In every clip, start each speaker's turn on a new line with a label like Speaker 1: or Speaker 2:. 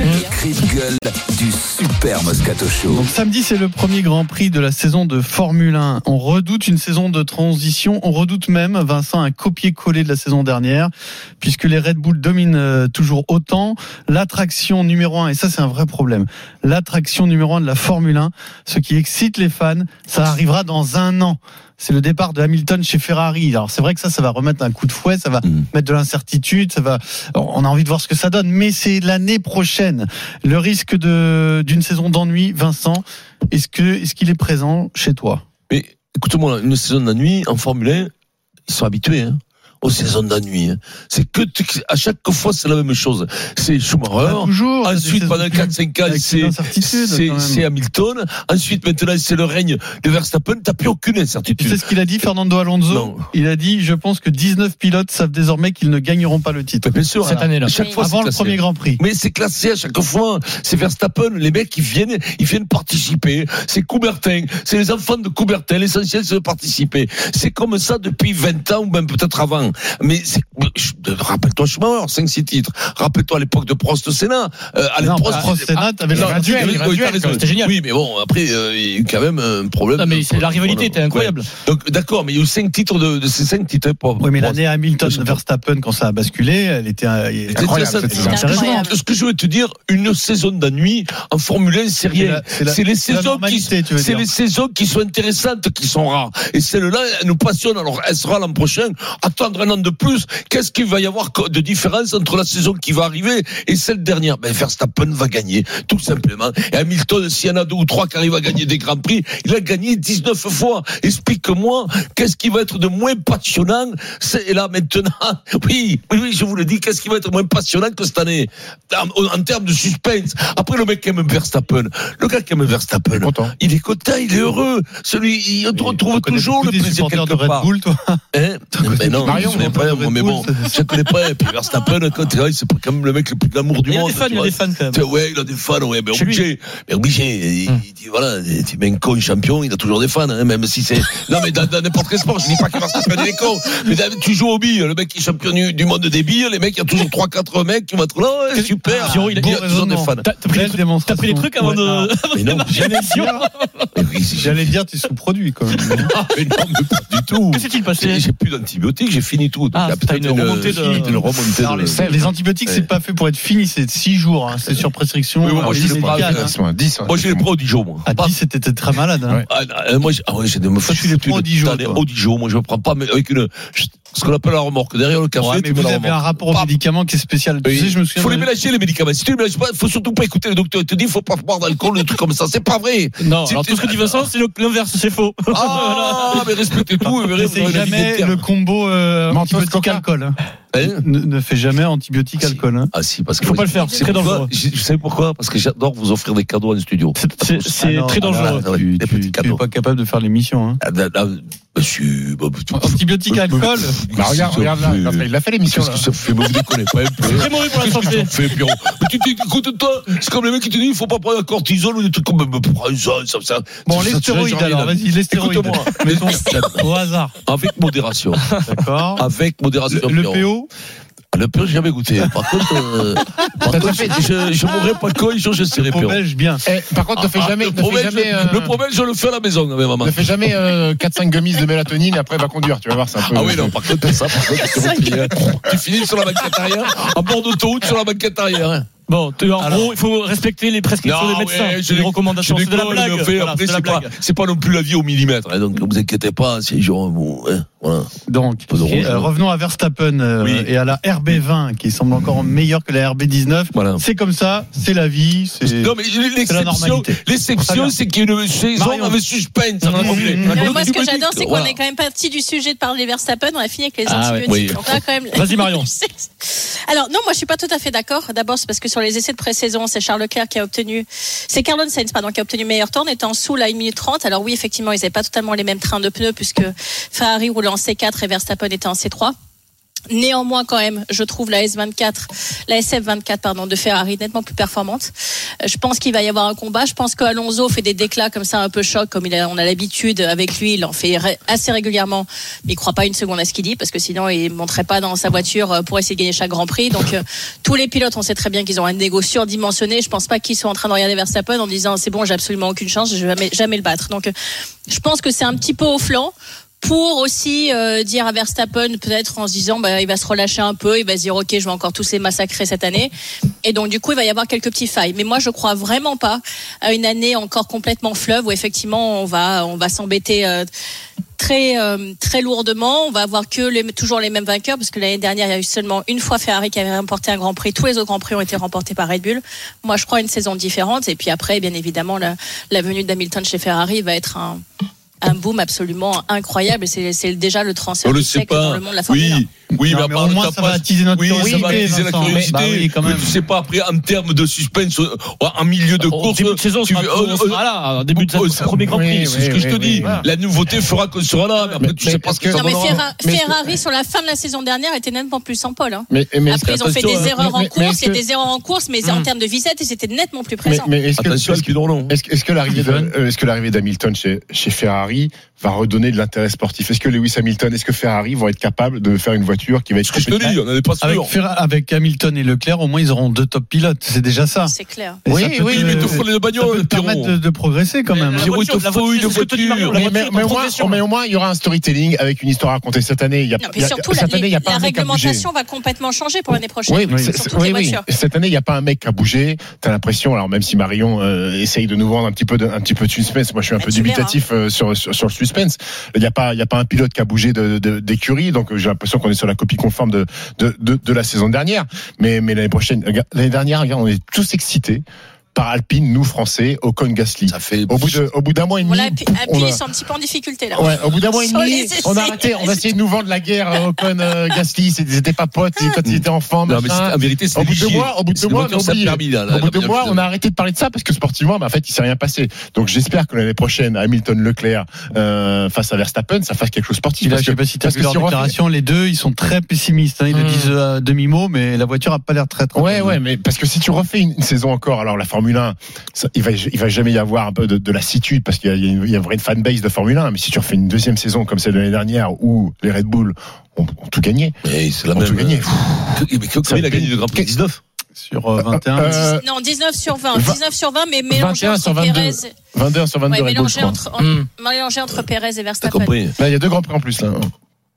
Speaker 1: Le cri de gueule du super Moscato Show.
Speaker 2: Donc samedi, c'est le premier Grand Prix de la saison de Formule 1. On redoute une saison de transition. On redoute même, Vincent, un copier-coller de la saison dernière, puisque les Red Bull dominent euh, toujours autant. L'attraction numéro 1, et ça c'est un vrai problème, l'attraction numéro 1 de la Formule 1, ce qui excite les fans, ça arrivera dans un an. C'est le départ de Hamilton chez Ferrari. Alors c'est vrai que ça, ça va remettre un coup de fouet, ça va
Speaker 1: Mm.
Speaker 2: mettre de l'incertitude, ça va. On a envie de voir ce que ça donne, mais c'est l'année prochaine. Le risque de d'une saison d'ennui, Vincent, est-ce que est-ce qu'il est présent chez toi
Speaker 3: Mais écoute-moi, une saison d'ennui en Formule 1, ils sont habitués hein, aux saisons d'ennui. hein. C'est que tu- à chaque fois c'est la même chose. C'est
Speaker 2: Pas
Speaker 3: Schumacher.
Speaker 2: toujours. ça, des
Speaker 3: Ensuite,
Speaker 2: saisons
Speaker 3: Ah, pendant
Speaker 2: plus-
Speaker 3: 4-5 ans,
Speaker 2: avec ces
Speaker 3: c'est-
Speaker 2: incertitudes, quand
Speaker 3: c'est
Speaker 2: même.
Speaker 3: c'est Hamilton. Ensuite, maintenant, c'est le règne de Verstappen. T'as plus aucune
Speaker 2: Tu sais
Speaker 3: incertitude.
Speaker 2: ce qu'il a dit, Fernando Alonso
Speaker 3: Non.
Speaker 2: Il a dit je pense que 19 pilotes savent désormais qu'ils ne gagneront pas le titre.
Speaker 3: Mais Bien sûr,
Speaker 2: Cette
Speaker 3: hein,
Speaker 2: année-là.
Speaker 3: à Chaque fois,
Speaker 2: Avant
Speaker 3: c'est
Speaker 2: le
Speaker 3: classé.
Speaker 2: premier Grand Prix.
Speaker 3: Mais c'est classé à chaque fois. C'est Verstappen. Les mecs, ils viennent, ils viennent participer. C'est Coubertin. C'est les enfants de Coubertin. L'essentiel, c'est de participer. C'est comme ça depuis 20 ans ou même peut-être avant. Mais c'est- je- rappelle-toi Schumacher, 5-6 titres. Rappelle-toi à l'époque de Prost Sénat. Euh, à
Speaker 2: Non,
Speaker 3: l'époque
Speaker 2: Prost, Prost, Senna, t'avais le
Speaker 3: Ah, Non,
Speaker 2: graduel,
Speaker 3: oui,
Speaker 2: le
Speaker 3: oui,
Speaker 2: graduel,
Speaker 3: t'as raison.
Speaker 2: quoi, c'était génial.
Speaker 3: Oui, mais bon, après, euh, il y a quand même un problème.
Speaker 4: Non, mais c'est- la rivalité était incroyable.
Speaker 3: Ouais. Donc, d'accord, mais il y a eu 5 titres de, de ces 5 titres. hein, pour-
Speaker 2: Oui, mais
Speaker 3: pour-
Speaker 2: l'année Hamilton-Verstappen, quand ça a basculé, elle était euh, elle était
Speaker 3: C'est
Speaker 2: incroyable.
Speaker 3: ça,
Speaker 2: cette
Speaker 3: c'est
Speaker 2: saison.
Speaker 3: ça. Ce que je veux te dire, une saison d'ennui en Formule 1, c'est rien.
Speaker 2: C'est la-
Speaker 3: C'est les
Speaker 2: c'est
Speaker 3: saisons
Speaker 2: la
Speaker 3: qui,
Speaker 2: normalité, tu veux
Speaker 3: c'est
Speaker 2: dire.
Speaker 3: les saisons qui sont intéressantes, qui sont rares. Et celle-là, elle nous passionne. Alors, elle sera l'an prochain. Attendre un an de plus, qu'est-ce qu'il va y avoir co- de différence entre la saison qui va arriver et celle dernière? Ben, Verstappen va gagner, tout simplement. Et Hamilton, s'il y en a deux ou trois qui arrivent à gagner des grands prix, il a gagné 19 fois. Explique-moi, qu'est-ce qui va être de moins passionnant? C'est et là, maintenant, oui, oui, oui, je vous le dis, qu'est-ce qui va être moins passionnant que cette année? En, en termes de suspense. Après, le mec qui aime Verstappen. Le gars qui aime Verstappen. Il est content, il est heureux. Celui, il te retrouve toujours le
Speaker 2: Tous des
Speaker 3: plaisir
Speaker 2: supporters
Speaker 3: quelque
Speaker 2: de Red
Speaker 3: part.
Speaker 2: Bull, toi.
Speaker 3: Hein mais non,
Speaker 2: Marion,
Speaker 3: je connais
Speaker 2: on
Speaker 3: pas,
Speaker 2: parle de
Speaker 3: moi,
Speaker 2: Red
Speaker 3: mais
Speaker 2: Bull,
Speaker 3: bon,
Speaker 2: ça-
Speaker 3: je connais pas. Et puis Verstappen, quand il arrive, c'est quand même le mec le plus glamour du
Speaker 4: Il y a
Speaker 3: monde.
Speaker 4: des fans,
Speaker 3: tu
Speaker 4: il y a
Speaker 3: vois.
Speaker 4: des fans quand même.
Speaker 3: Tu sais, Ouais, il a des fans, ouais, mais
Speaker 4: Chez lui. Hum.
Speaker 3: obligé. Mais obligé. Il, il dit, voilà, tu mets un con champion, il a toujours des fans, hein, même si c'est. Non, mais dans dans n'importe quel sport, je dis pas qu'il va se taper des cons. Mais dans- tu joues au billes, le mec qui est champion du, du monde des billes, les mecs, il y a toujours 3-4 mecs qui vont être là, ouais, super.
Speaker 4: Giro, il a-
Speaker 3: il y a toujours des fans.
Speaker 4: T'as t'as pris,
Speaker 2: Belle
Speaker 4: des trucs-
Speaker 2: démonstration.
Speaker 4: t'as pris des trucs avant
Speaker 2: Ouais, alors,
Speaker 4: de.
Speaker 3: Mais non,
Speaker 2: J'allais dire,
Speaker 3: mais oui, c'est-
Speaker 2: j'allais dire, tu sous-produis quand même.
Speaker 3: mais non, mais pas du tout.
Speaker 4: Ah, Que s'est-il
Speaker 3: J'ai
Speaker 4: passé
Speaker 3: j'ai plus d'antibiotiques, j'ai fini tout. Donc,
Speaker 4: Ah,
Speaker 3: il y a
Speaker 4: t'as
Speaker 3: peut-être
Speaker 4: une remontée de-
Speaker 3: une remontée
Speaker 2: Alors,
Speaker 3: de-
Speaker 2: les, les antibiotiques, c'est
Speaker 3: Ouais.
Speaker 2: pas fait pour être fini, c'est 6 jours, hein, c'est sur prescription.
Speaker 3: Oui, oui, moi,
Speaker 2: euh,
Speaker 3: je les prends,
Speaker 2: médicale,
Speaker 3: je
Speaker 4: Ah,
Speaker 2: hein.
Speaker 3: Moi, je les prends au Dijon, moi.
Speaker 2: À 10, c'était très malade. hein.
Speaker 3: Ah, non, euh, moi, j'ai- ah ouais, j'ai des me
Speaker 2: Ah, Toi, tu les prends au Dijon, toi.
Speaker 3: Au Dijon, moi, je ne prends pas, mais avec une, ce qu'on appelle la remorque. Derrière le café,
Speaker 2: Ouais,
Speaker 3: tu
Speaker 2: mais
Speaker 3: mets
Speaker 2: vous
Speaker 3: la
Speaker 2: avez un
Speaker 3: remorque.
Speaker 2: rapport aux
Speaker 3: Pam.
Speaker 2: médicaments qui est spécial. Tu
Speaker 3: Oui.
Speaker 2: sais, je me souviens.
Speaker 3: faut les
Speaker 2: de-
Speaker 3: mélanger les médicaments. Si tu les mélanges pas, faut surtout pas écouter le docteur. Il te dit, faut pas boire d'alcool, des trucs comme ça. C'est pas vrai.
Speaker 4: Non,
Speaker 3: C'est-
Speaker 4: alors tout ce que dit Vincent, c'est le- l'inverse, c'est faux.
Speaker 3: Ah, mais respectez tout. Mais
Speaker 2: N'essaye jamais le combo euh,
Speaker 5: Mentos,
Speaker 2: antibiotique
Speaker 5: coca.
Speaker 2: alcool. hein. Ne, ne fais jamais antibiotique
Speaker 3: Si.
Speaker 2: alcool. hein.
Speaker 3: Ah si, parce que
Speaker 4: Faut pas le faire, c'est très
Speaker 3: pourquoi-
Speaker 4: dangereux.
Speaker 3: Je je sais pourquoi Parce que j'adore vous offrir des cadeaux en studio.
Speaker 4: C'est- C'est
Speaker 2: Ah
Speaker 4: c'est
Speaker 2: non,
Speaker 4: très
Speaker 2: ah là,
Speaker 4: dangereux.
Speaker 3: Ah, ouais,
Speaker 2: tu
Speaker 3: des petits
Speaker 2: tu- tu
Speaker 3: cadeaux.
Speaker 2: es pas capable de faire l'émission. Hein.
Speaker 3: Ah, là, là, monsieur, bah,
Speaker 2: Antibiotique alcool.
Speaker 5: Bah, regarde, regarde là, Vincent, il a fait l'émission.
Speaker 3: euh, Qu'est-ce que ça fait Mais vous déconnez pas un peu.
Speaker 4: Très mauvais pour la
Speaker 3: Qu'est-ce que
Speaker 4: santé.
Speaker 3: ça fait, Pierrot Mais tu t'écoutes, toi, c'est comme les mecs qui te disent, il faut pas prendre la cortisone ou des trucs comme, mais prends ça, ça, ça.
Speaker 2: Bon,
Speaker 3: ça,
Speaker 2: les
Speaker 3: ça, ça,
Speaker 2: stéroïdes
Speaker 3: j'en ai
Speaker 2: alors,
Speaker 3: la-
Speaker 2: vas-y, les stéroïdes.
Speaker 3: Écoute-moi,
Speaker 2: Mettons
Speaker 3: les-
Speaker 2: au hasard.
Speaker 3: avec modération.
Speaker 2: D'accord.
Speaker 3: Avec modération.
Speaker 2: Le, le
Speaker 3: Pierrot.
Speaker 2: PO,
Speaker 3: Le PO, j'ai jamais goûté. Par contre, euh, par contre, je, je mourrai pas quand un jour je serai
Speaker 2: au
Speaker 3: Pierrot.
Speaker 2: belge, bien.
Speaker 5: Eh, par contre, ne fais
Speaker 3: Ah, ah,
Speaker 5: jamais,
Speaker 3: le
Speaker 5: ne fais
Speaker 3: problème,
Speaker 5: jamais,
Speaker 3: je-
Speaker 5: euh,
Speaker 3: le problème, je le fais à la maison, avec maman.
Speaker 5: ne fais jamais euh, 4-5 gummies de mélatonine et après va conduire. Tu vas voir, c'est un peu.
Speaker 3: Ah oui, non, par contre, ça, par contre, c'est compliqué, hein. tu finis sur la banquette arrière, à bord d'autoroute sur la banquette arrière. hein.
Speaker 4: Bon, tu- en
Speaker 3: Alors.
Speaker 4: gros, il faut respecter les prescriptions
Speaker 3: Non,
Speaker 4: des médecins,
Speaker 3: ouais, je
Speaker 4: les
Speaker 3: déconne,
Speaker 4: recommandations.
Speaker 3: je
Speaker 4: C'est de la
Speaker 3: déconne,
Speaker 4: blague.
Speaker 3: mais enfin,
Speaker 4: Voilà,
Speaker 3: après,
Speaker 4: c'est de la
Speaker 3: c'est pas,
Speaker 4: blague.
Speaker 3: c'est pas non plus la vie au millimètre. hein, donc ne vous inquiétez pas, c'est genre. Bon, hein, voilà.
Speaker 2: Donc,
Speaker 3: Pas de rouge,
Speaker 2: euh,
Speaker 3: hein.
Speaker 2: revenons à Verstappen euh,
Speaker 3: Oui.
Speaker 2: et à la RB20 qui semble encore meilleure que la RB19.
Speaker 3: voilà.
Speaker 2: C'est comme ça, c'est la vie. c'est-
Speaker 3: Non, mais l'exception,
Speaker 2: normalité. Très bien.
Speaker 3: l'exception, c'est qu'il y a une saison
Speaker 2: Marion.
Speaker 3: avec suspense.
Speaker 2: Mmh, mmh, mmh.
Speaker 6: Non, mais moi, ce que j'adore, c'est qu'on est quand même parti du sujet de parler Verstappen. On a fini avec les
Speaker 4: Ah ouais,
Speaker 6: antibiotiques.
Speaker 3: oui.
Speaker 6: Donc là, quand même-
Speaker 4: Vas-y, Marion.
Speaker 6: Alors, non, moi, je suis pas tout à fait d'accord. D'abord, c'est parce que sur les essais de pré-saison, c'est Charles Leclerc qui a obtenu, c'est Carlon Sainz, pardon, qui a obtenu meilleur temps en étant sous la 1 minute 30. Alors oui, effectivement, ils n'avaient pas totalement les mêmes trains de pneus puisque Ferrari roulait en C4 et Verstappen était en C3. Néanmoins, quand même, je trouve la S24, la SF24, pardon, de Ferrari nettement plus performante. Euh, Je pense qu'il va y avoir un combat. Je pense qu'Alonso fait des déclats comme ça un peu choc, comme il a- on a l'habitude avec lui. Il en fait ré- assez régulièrement. Mais il croit pas une seconde à ce qu'il dit parce que sinon il monterait pas dans sa voiture euh, pour essayer de gagner chaque Grand Prix. Donc euh, tous les pilotes, on sait très bien qu'ils ont un négo surdimensionné. Je pense pas qu'ils soient en train de regarder Verstappen en disant c'est bon, j'ai absolument aucune chance, je vais jamais, jamais le battre. Donc euh, je pense que c'est un petit peu au flanc pour aussi euh, dire à Verstappen peut-être en se disant bah, il va se relâcher un peu, il va se dire ok je vais encore tous les massacrer cette année et donc du coup il va y avoir quelques petits failles. Mais moi je crois vraiment pas à une année encore complètement fleuve où effectivement on va on va s'embêter euh, très euh, très lourdement. On va avoir que les, toujours les mêmes vainqueurs parce que l'année dernière il y a eu seulement une fois Ferrari qui avait remporté un Grand Prix. Tous les autres Grands Prix ont été remportés par Red Bull. Moi je crois à une saison différente et puis après bien évidemment la, la venue d'Hamilton chez Ferrari va être un un boom absolument incroyable. Et C'est c'est déjà le transfert
Speaker 3: On Oh, le
Speaker 6: du
Speaker 3: sait
Speaker 6: siècle dans
Speaker 3: pas.
Speaker 6: le monde de la Formule
Speaker 3: Oui, oui,
Speaker 2: Non,
Speaker 3: mais à
Speaker 2: mais
Speaker 3: part
Speaker 2: au
Speaker 3: le
Speaker 2: moins, ça va
Speaker 3: tapage-
Speaker 2: attiser notre
Speaker 3: oui, ça
Speaker 2: curiosité.
Speaker 3: va attiser la
Speaker 2: Vincent.
Speaker 3: curiosité.
Speaker 2: Bah oui, quand
Speaker 3: Mais
Speaker 2: même. Bah,
Speaker 3: tu sais pas, après, en termes de suspense, euh, en milieu de
Speaker 4: Au
Speaker 3: course,
Speaker 4: début de saison, on
Speaker 3: tu
Speaker 4: sera,
Speaker 3: veux-
Speaker 4: on
Speaker 3: euh,
Speaker 4: sera là. Au début de
Speaker 3: euh,
Speaker 4: saison, premier Grand Prix.
Speaker 5: oui,
Speaker 3: c'est ce que
Speaker 5: oui,
Speaker 3: je te
Speaker 5: oui,
Speaker 3: dis.
Speaker 5: oui, voilà.
Speaker 3: La nouveauté fera qu'on sera là, mais après,
Speaker 5: Mais-
Speaker 3: tu sais
Speaker 5: mais
Speaker 3: pas ce que
Speaker 5: parce
Speaker 6: Non,
Speaker 3: ça
Speaker 5: que-
Speaker 6: mais
Speaker 3: donnera.
Speaker 6: Ferra-
Speaker 5: Mais-
Speaker 6: Ferrari sur la fin de la saison dernière était nettement plus sans Paul. hein.
Speaker 5: Mais, mais
Speaker 6: Après, ils ont fait
Speaker 5: hein,
Speaker 6: des erreurs en course, il y a
Speaker 5: et
Speaker 6: des erreurs en course, mais en termes de visette, ils étaient nettement plus
Speaker 5: Mais,
Speaker 6: présents.
Speaker 5: Hmm. mais est-ce que,
Speaker 3: Attention à
Speaker 5: est-ce
Speaker 3: ce
Speaker 5: que,
Speaker 3: qu'ils auront.
Speaker 5: est-ce que- est-ce que l'arrivée de- euh, est-ce que l'arrivée d'Hamilton chez, chez Ferrari va redonner de l'intérêt sportif Est-ce que Lewis Hamilton, est-ce que Ferrari vont être capables de faire une voiture qui va être
Speaker 3: Ce que je te
Speaker 5: compétitive
Speaker 3: dis, on n'en est pas
Speaker 2: Avec,
Speaker 3: sûr.
Speaker 2: Ferra- avec Hamilton et Leclerc, au moins ils auront deux top pilotes. C'est déjà ça.
Speaker 6: C'est clair.
Speaker 2: Et
Speaker 5: Oui,
Speaker 2: ça peut
Speaker 5: oui,
Speaker 2: te-
Speaker 3: Oui, mais il te
Speaker 2: ça
Speaker 3: faut les
Speaker 2: peut
Speaker 3: bagnoles,
Speaker 2: te
Speaker 3: Pierrot.
Speaker 2: permettre de, de progresser quand même.
Speaker 4: La
Speaker 3: Pierrot, il
Speaker 4: voiture,
Speaker 3: te
Speaker 4: la
Speaker 3: faut
Speaker 4: voiture,
Speaker 3: une
Speaker 4: c'est ce que te dit Marion, la
Speaker 5: mais,
Speaker 4: voiture est
Speaker 5: mais-
Speaker 4: en
Speaker 5: mais au moins,
Speaker 4: progression.
Speaker 5: mais au moins, il y aura un storytelling avec une histoire à raconter cette année. Il y a,
Speaker 6: Non,
Speaker 5: il y
Speaker 6: puis
Speaker 5: a-
Speaker 6: surtout, la,
Speaker 5: cette année, il y a pas
Speaker 6: la
Speaker 5: un mec qui a bougé.
Speaker 6: réglementation va complètement changer pour l'année prochaine.
Speaker 5: Oui,
Speaker 2: Oui,
Speaker 5: c'est-
Speaker 6: sur
Speaker 5: c'est-
Speaker 6: toutes les
Speaker 5: oui, oui.
Speaker 6: voitures.
Speaker 5: Cette année, il n'y a pas un mec qui a bougé. T'as l'impression, alors même si Marion euh, essaye de nous vendre un petit peu de, un petit peu de suspense, moi je suis un
Speaker 6: Bah,
Speaker 5: peu
Speaker 6: tu verras.
Speaker 5: dubitatif euh, sur, sur, sur le suspense. Il n'y a pas, il y a pas un pilote qui a bougé de- de- d'écurie, donc euh, j'ai l'impression qu'on est sur la copie conforme de, de, de, de la saison dernière. Mais, mais l'année prochaine, regarde, l'année dernière, regarde, on est tous excités par Alpine, nous Français, Ocon Gasly.
Speaker 3: Ça fait.
Speaker 5: Au bout de- au bout d'un mois et demi,
Speaker 6: Voilà, puis-
Speaker 5: pouf,
Speaker 6: puis
Speaker 5: on a-
Speaker 6: ils sont un petit peu en difficulté là.
Speaker 5: Ouais, au bout d'un mois et
Speaker 6: Sur
Speaker 5: demi,
Speaker 6: les essais.
Speaker 5: on a arrêté. On a essayé de nous vendre la guerre euh, Ocon euh, Gasly. c'est- Ils étaient pas potes ils- quand ils étaient enfants.
Speaker 3: Non, mais c'est-
Speaker 5: machin.
Speaker 3: en vérité, c'est
Speaker 5: Au bout de
Speaker 3: des
Speaker 5: deux
Speaker 3: chiens.
Speaker 5: mois, au bout de
Speaker 3: C'est
Speaker 5: deux
Speaker 3: des
Speaker 5: mois,
Speaker 3: voitures,
Speaker 5: on
Speaker 3: ça a
Speaker 5: oublie.
Speaker 3: permis, là, là,
Speaker 5: Au
Speaker 3: la
Speaker 5: bout de deux
Speaker 3: première
Speaker 5: mois,
Speaker 3: finale.
Speaker 5: on a arrêté de parler de ça parce que sportivement, bah, en fait, il s'est rien passé. Donc j'espère que l'année prochaine, Hamilton Leclerc euh, face à Verstappen, ça fasse quelque chose de sportif.
Speaker 2: Puis là,
Speaker 5: parce
Speaker 2: je sais
Speaker 5: que-
Speaker 2: pas si tu as
Speaker 5: parce
Speaker 2: vu
Speaker 5: que
Speaker 2: leur
Speaker 5: si on refait-
Speaker 2: déclaration, les deux, ils sont très pessimistes. hein. Ils le
Speaker 5: Hmm.
Speaker 2: disent à demi-mot, mais la voiture a pas l'air très très
Speaker 5: Ouais,
Speaker 2: bonne.
Speaker 5: ouais, mais parce que si tu refais une, une saison encore, alors la Formule 1, ça- il va, il va jamais y avoir un peu de, de lassitude parce qu'il y a, il y a une, il y a une vraie fanbase de Formule 1. Mais si tu refais une deuxième saison comme celle de l'année dernière où les Red Bull ont, ont tout gagné,
Speaker 3: Mais c'est la
Speaker 5: ont
Speaker 3: même.
Speaker 5: tout gagné.
Speaker 3: Mais quand il a gagné le Grand Prix 19
Speaker 2: Sur euh, 21.
Speaker 5: Euh,
Speaker 6: Non, 19 sur 20.
Speaker 5: vingt-
Speaker 6: 19 sur 20, mais mélangé
Speaker 5: 21
Speaker 6: entre
Speaker 5: sur 22.
Speaker 6: Pérez.
Speaker 5: 22 sur 22
Speaker 6: Ouais,
Speaker 5: Red Bull, je
Speaker 6: mélangé
Speaker 5: crois. Hmm.
Speaker 6: entre, en-
Speaker 4: Hmm.
Speaker 6: mélangé entre Pérez et
Speaker 3: T'as
Speaker 6: Verstappen.
Speaker 3: compris
Speaker 5: Là, il y a deux grands prix en plus, là.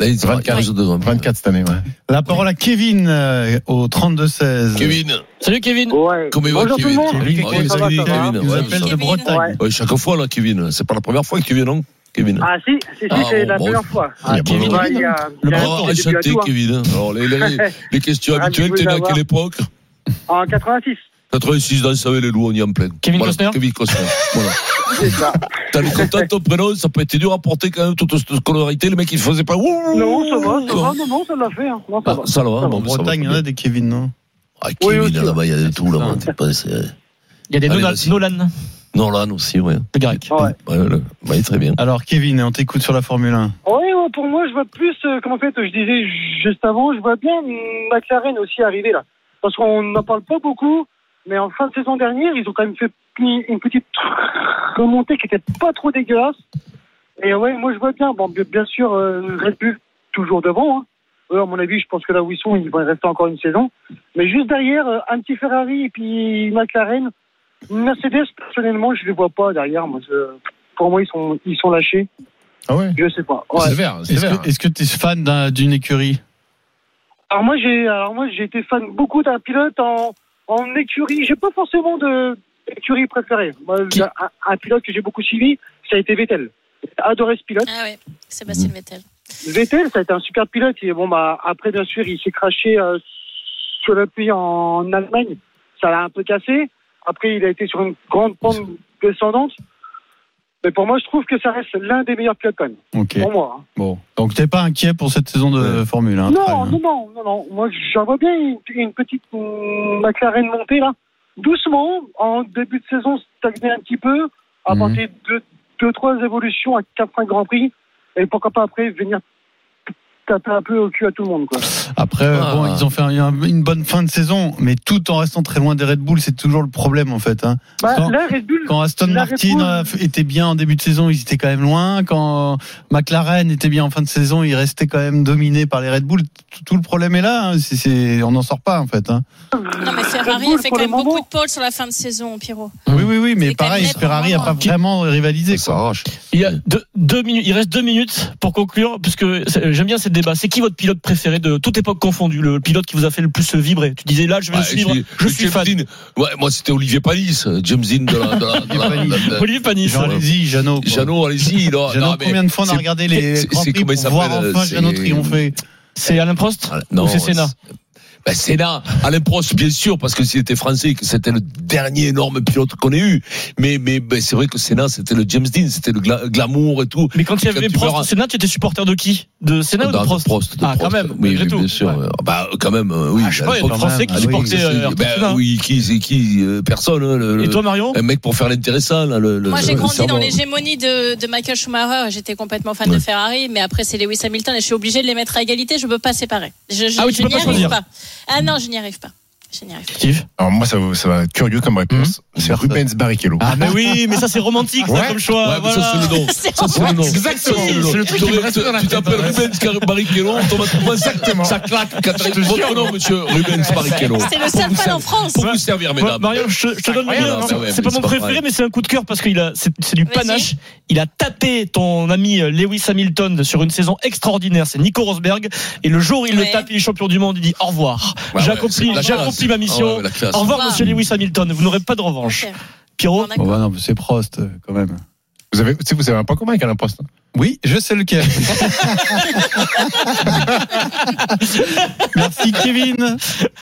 Speaker 3: Là, il sera
Speaker 5: 24.
Speaker 3: 15 ou 2
Speaker 5: 24 cette année, ouais.
Speaker 2: La parole à Kevin euh, au 32-16.
Speaker 3: Kevin,
Speaker 4: Salut Kevin.
Speaker 7: Ouais.
Speaker 3: comment il va
Speaker 7: Bonjour tout le
Speaker 3: Kevin Ah
Speaker 7: monde.
Speaker 2: Kevin,
Speaker 3: Ouais,
Speaker 2: Kevin,
Speaker 7: ça va,
Speaker 3: salut,
Speaker 7: ça va.
Speaker 2: Il
Speaker 3: Kevin.
Speaker 2: nous
Speaker 3: Ouais,
Speaker 2: appelle de
Speaker 6: Kevin.
Speaker 2: Bretagne.
Speaker 3: Ouais, chaque fois, là, Kevin. C'est pas la première fois que tu viens, non, Kevin
Speaker 7: Ah si, si, si,
Speaker 3: Ah,
Speaker 7: c'est
Speaker 3: bon,
Speaker 7: la
Speaker 3: bon.
Speaker 7: première fois.
Speaker 5: Il y a
Speaker 7: tu
Speaker 2: Kevin,
Speaker 7: vois, il y a, il y a un
Speaker 3: Alors,
Speaker 7: petit début à
Speaker 3: Oh,
Speaker 7: Ah,
Speaker 3: enchanté,
Speaker 7: tout, hein.
Speaker 3: Kevin. hein. Alors, les, les, les questions
Speaker 7: Ravi
Speaker 3: habituelles,
Speaker 7: de vous
Speaker 3: t'es né à
Speaker 7: avoir.
Speaker 3: quelle époque
Speaker 7: En 86,
Speaker 3: 86 dans savait les loups, on y est en plein.
Speaker 4: Kevin
Speaker 3: voilà,
Speaker 4: Costner
Speaker 3: Kevin Costner. voilà.
Speaker 7: c'est ça.
Speaker 3: T'as le content de ton prénom, ça peut être dur à porter quand même toute cette scolarité. Le mec, il faisait pas. Ouh
Speaker 7: Non, ça va, ça va, non, non, ça l'a fait. Hein. Non, ça
Speaker 3: Ah,
Speaker 7: va.
Speaker 3: ça, là,
Speaker 7: Ça
Speaker 2: En
Speaker 3: bon, ça va.
Speaker 2: Bretagne, il y en a des Kevin, non
Speaker 3: Ah,
Speaker 7: Oui,
Speaker 3: Kevin,
Speaker 7: aussi.
Speaker 3: là-bas, il y a de tout, là-bas, t'es pas. c'est-
Speaker 4: Il y a des
Speaker 3: Allez,
Speaker 4: Nolan,
Speaker 3: vas-y.
Speaker 4: Nolan,
Speaker 3: Non, là, nous aussi, ouais.
Speaker 4: le grec.
Speaker 7: Ouais.
Speaker 3: Ouais, là, bah, il est très bien.
Speaker 2: Alors Kevin, on t'écoute sur la Formule 1.
Speaker 7: Oui, ouais, pour moi, je vois plus, euh, comme en fait, je disais juste avant, je vois bien hum, McLaren aussi arriver là. Parce qu'on n'en parle pas beaucoup, mais en fin de saison dernière, ils ont quand même fait une une petite remontée qui était pas trop dégueulasse. Et ouais, moi, je vois bien. Bon, bi- bien sûr, euh, Red Bull toujours devant. Hein. Eux, à mon avis, je pense que là où ils sont, ils vont y rester encore une saison. Mais juste derrière, euh, un petit Ferrari et puis McLaren. Mercedes, personnellement, je les vois pas derrière. Moi, je- pour moi, ils sont, ils sont lâchés.
Speaker 5: Ah ouais
Speaker 7: Je sais pas. Ouais.
Speaker 5: C'est vert, c'est hein.
Speaker 2: Est-ce
Speaker 5: vert.
Speaker 4: hein.
Speaker 2: que- est-ce que tu es fan d'un- d'une écurie
Speaker 7: Alors moi j'ai alors moi j'ai été fan beaucoup d'un pilote en en écurie, j'ai pas forcément de écurie préférée. Moi,
Speaker 3: Qui-
Speaker 7: un, un pilote que j'ai beaucoup suivi, ça a été Vettel. J'ai adoré ce pilote.
Speaker 6: Ah ouais, Sébastien
Speaker 5: Hmm.
Speaker 6: Vettel.
Speaker 7: Vettel, ça a été un super pilote. Et bon, bah, après, bien sûr, il s'est craché euh, sur la pluie en Allemagne. Ça l'a un peu cassé. Après, il a été sur une grande pente descendante. Mais pour moi, je trouve que ça reste l'un des meilleurs pilotes, quand même.
Speaker 2: Ok.
Speaker 7: Pour moi. hein.
Speaker 2: Bon. Donc t'es pas inquiet pour cette saison de Formule hein. 1
Speaker 7: Non, non, non, non, non. Moi, j'en vois bien une, une petite mm, McLaren montée, là. Doucement, en début de saison, stagner un petit peu, apporter
Speaker 2: Mhm.
Speaker 7: deux, deux, trois évolutions à 4-5 Grands Prix. Et pourquoi pas après venir taper un peu au cul à tout le monde, quoi.
Speaker 2: Après,
Speaker 3: Ah.
Speaker 2: bon, ils ont fait un- une bonne fin de saison, mais tout en restant très loin des Red Bull, c'est toujours le problème en fait. Hein.
Speaker 7: Bah,
Speaker 2: Quand-
Speaker 7: là, Red Bull,
Speaker 2: Quand Aston
Speaker 7: La
Speaker 2: Martin
Speaker 7: Red Bull-
Speaker 2: euh, était bien en début de saison, ils étaient quand même loin. Quand McLaren était bien en fin de saison, ils restaient quand même dominés par les Red Bull. Tout- Tout le problème est là. hein. C'est- c'est- on n'en sort pas en fait. hein.
Speaker 6: Non, mais Ferrari
Speaker 7: Bull,
Speaker 6: a fait
Speaker 7: pour
Speaker 6: quand
Speaker 7: le
Speaker 6: même beaucoup
Speaker 7: moment.
Speaker 6: de pôles sur la fin de saison, Pierrot.
Speaker 2: Oui, oui, oui, mais
Speaker 6: C'est quand
Speaker 2: pareil,
Speaker 6: même net
Speaker 2: Ferrari n'a
Speaker 6: pour
Speaker 2: pas
Speaker 6: moi.
Speaker 2: vraiment rivalisé. quoi.
Speaker 5: s'arrache.
Speaker 4: Il, y a deux, deux minutes, il reste deux minutes pour conclure, puisque c'est- euh, j'aime bien ce débat. C'est qui votre pilote préféré de toute époque confondue Le pilote qui vous a fait le plus vibrer Tu disais là, je vais
Speaker 3: Bah,
Speaker 4: le suivre,
Speaker 3: j'ai-
Speaker 4: je
Speaker 3: j'ai
Speaker 4: suis
Speaker 3: James
Speaker 4: fan.
Speaker 3: Dean. Ouais, moi c'était Olivier Panis, James Dean de la. De la, de la-
Speaker 2: Olivier
Speaker 3: de la- de-
Speaker 4: Olivier Panis.
Speaker 2: Genre, allez-y, Jeannot. quoi.
Speaker 3: Jeannot, allez-y. non,
Speaker 2: Jeannot,
Speaker 3: non, mais
Speaker 2: combien de fois on a
Speaker 3: c'est-
Speaker 2: regardé les
Speaker 3: c'est-
Speaker 2: Grands
Speaker 3: c'est
Speaker 2: Prix
Speaker 3: comment il
Speaker 2: pour voir
Speaker 3: s'appelle,
Speaker 2: enfin
Speaker 3: c'est- Ah,
Speaker 2: Jeannot triompher
Speaker 4: C'est Alain Prost
Speaker 3: Voilà.
Speaker 4: Ou c'est Senna
Speaker 3: c'est- Ben, Senna, Alain Prost, bien sûr, parce que s'il était français, que c'était le dernier énorme pilote qu'on ait eu. Mais, mais ben, c'est vrai que Senna, c'était le James Dean, c'était le gla- glamour et tout.
Speaker 4: Mais quand il y avait
Speaker 3: tu verras-
Speaker 4: Prost, Senna, tu étais supporter de qui De Senna ou de
Speaker 3: Non,
Speaker 4: Prost
Speaker 3: Prost, de
Speaker 4: Ah, quand
Speaker 3: Prost.
Speaker 4: même,
Speaker 3: Oui,
Speaker 4: malgré
Speaker 3: oui,
Speaker 4: tout.
Speaker 3: bien sûr.
Speaker 4: Ouais.
Speaker 3: Bah, quand même, euh, oui.
Speaker 4: Ah, je sais
Speaker 3: à
Speaker 4: pas, il y a
Speaker 3: l'époque,
Speaker 4: d'autres Français
Speaker 2: Ah
Speaker 4: qui
Speaker 2: oui,
Speaker 4: supportaient
Speaker 2: c'est-
Speaker 4: euh,
Speaker 3: Ben
Speaker 4: Senna.
Speaker 3: oui, qui, c'est qui euh, Personne. hein, le-
Speaker 4: Et
Speaker 3: le-
Speaker 4: toi, Marion
Speaker 3: un mec pour faire l'intéressant. Là, le, le-
Speaker 6: Moi, j'ai
Speaker 3: le
Speaker 6: grandi
Speaker 3: serment.
Speaker 6: dans l'hégémonie de, de Michael Schumacher et j'étais complètement fan de
Speaker 3: Ouais.
Speaker 6: Ferrari, mais après, c'est Lewis Hamilton et je suis obligée de les mettre à égalité, je peux pas séparer. Je, je,
Speaker 4: Ah oui, tu peux
Speaker 6: je n'y
Speaker 4: pas
Speaker 6: arrive
Speaker 4: choisir.
Speaker 6: pas. Ah non, je n'y arrive pas. Je n'y arrive pas.
Speaker 4: Steve Hmm
Speaker 5: Alors moi, ça, va- ça va être curieux comme réponse. C'est Rubens Barrichello.
Speaker 4: Ah, mais oui, mais ça, c'est romantique, ça,
Speaker 5: Ouais.
Speaker 4: comme choix.
Speaker 3: Ouais, mais
Speaker 4: voilà.
Speaker 3: ça, c'est le nom. Ça,
Speaker 6: C'est
Speaker 3: c'est le nom.
Speaker 5: Exactement.
Speaker 3: Ça, nom.
Speaker 5: C'est le truc qui me reste dans la
Speaker 3: Tu
Speaker 5: tête,
Speaker 3: t'appelles
Speaker 5: hein.
Speaker 3: Rubens Car- Barrichello, on t'en va trouver un sac.
Speaker 5: Exactement.
Speaker 3: Ça claque. Catherine, votre nom, monsieur Rubens Barrichello.
Speaker 6: c'est le seul fan en France.
Speaker 3: Pour vous servir,
Speaker 4: Moi,
Speaker 3: mesdames.
Speaker 4: Marion, je, je te donne le
Speaker 3: incroyable,
Speaker 4: mien.
Speaker 3: hein.
Speaker 4: C'est-
Speaker 3: Ouais,
Speaker 4: C'est
Speaker 3: mais
Speaker 4: pas
Speaker 3: c'est
Speaker 4: mon
Speaker 3: pas
Speaker 4: préféré,
Speaker 3: vrai.
Speaker 4: mais c'est un coup de cœur parce qu'il a, c'est c'est du
Speaker 6: Vas-y.
Speaker 4: panache. Il a tapé ton ami euh, Lewis Hamilton sur une saison extraordinaire. C'est Nico Rosberg. Et le jour où il le
Speaker 6: Ouais.
Speaker 4: tape, il est champion du monde. Il dit au revoir.
Speaker 3: Ouais, ouais,
Speaker 4: J'accomplis,
Speaker 3: c'est la
Speaker 4: j'accomplis
Speaker 3: classe.
Speaker 4: ma
Speaker 3: Ah
Speaker 4: mission.
Speaker 3: ouais, la classe.
Speaker 4: au revoir,
Speaker 6: Au revoir.
Speaker 4: monsieur Lewis Hamilton. Vous n'aurez pas de revanche.
Speaker 6: Ok.
Speaker 4: Pierrot,
Speaker 6: Bon, d'accord.
Speaker 2: Bon, bah non, mais c'est Prost euh, quand même.
Speaker 5: Vous avez, tu sais, vous avez un point commun avec Alain Prost. hein.
Speaker 2: Oui, je sais lequel. Merci Kevin.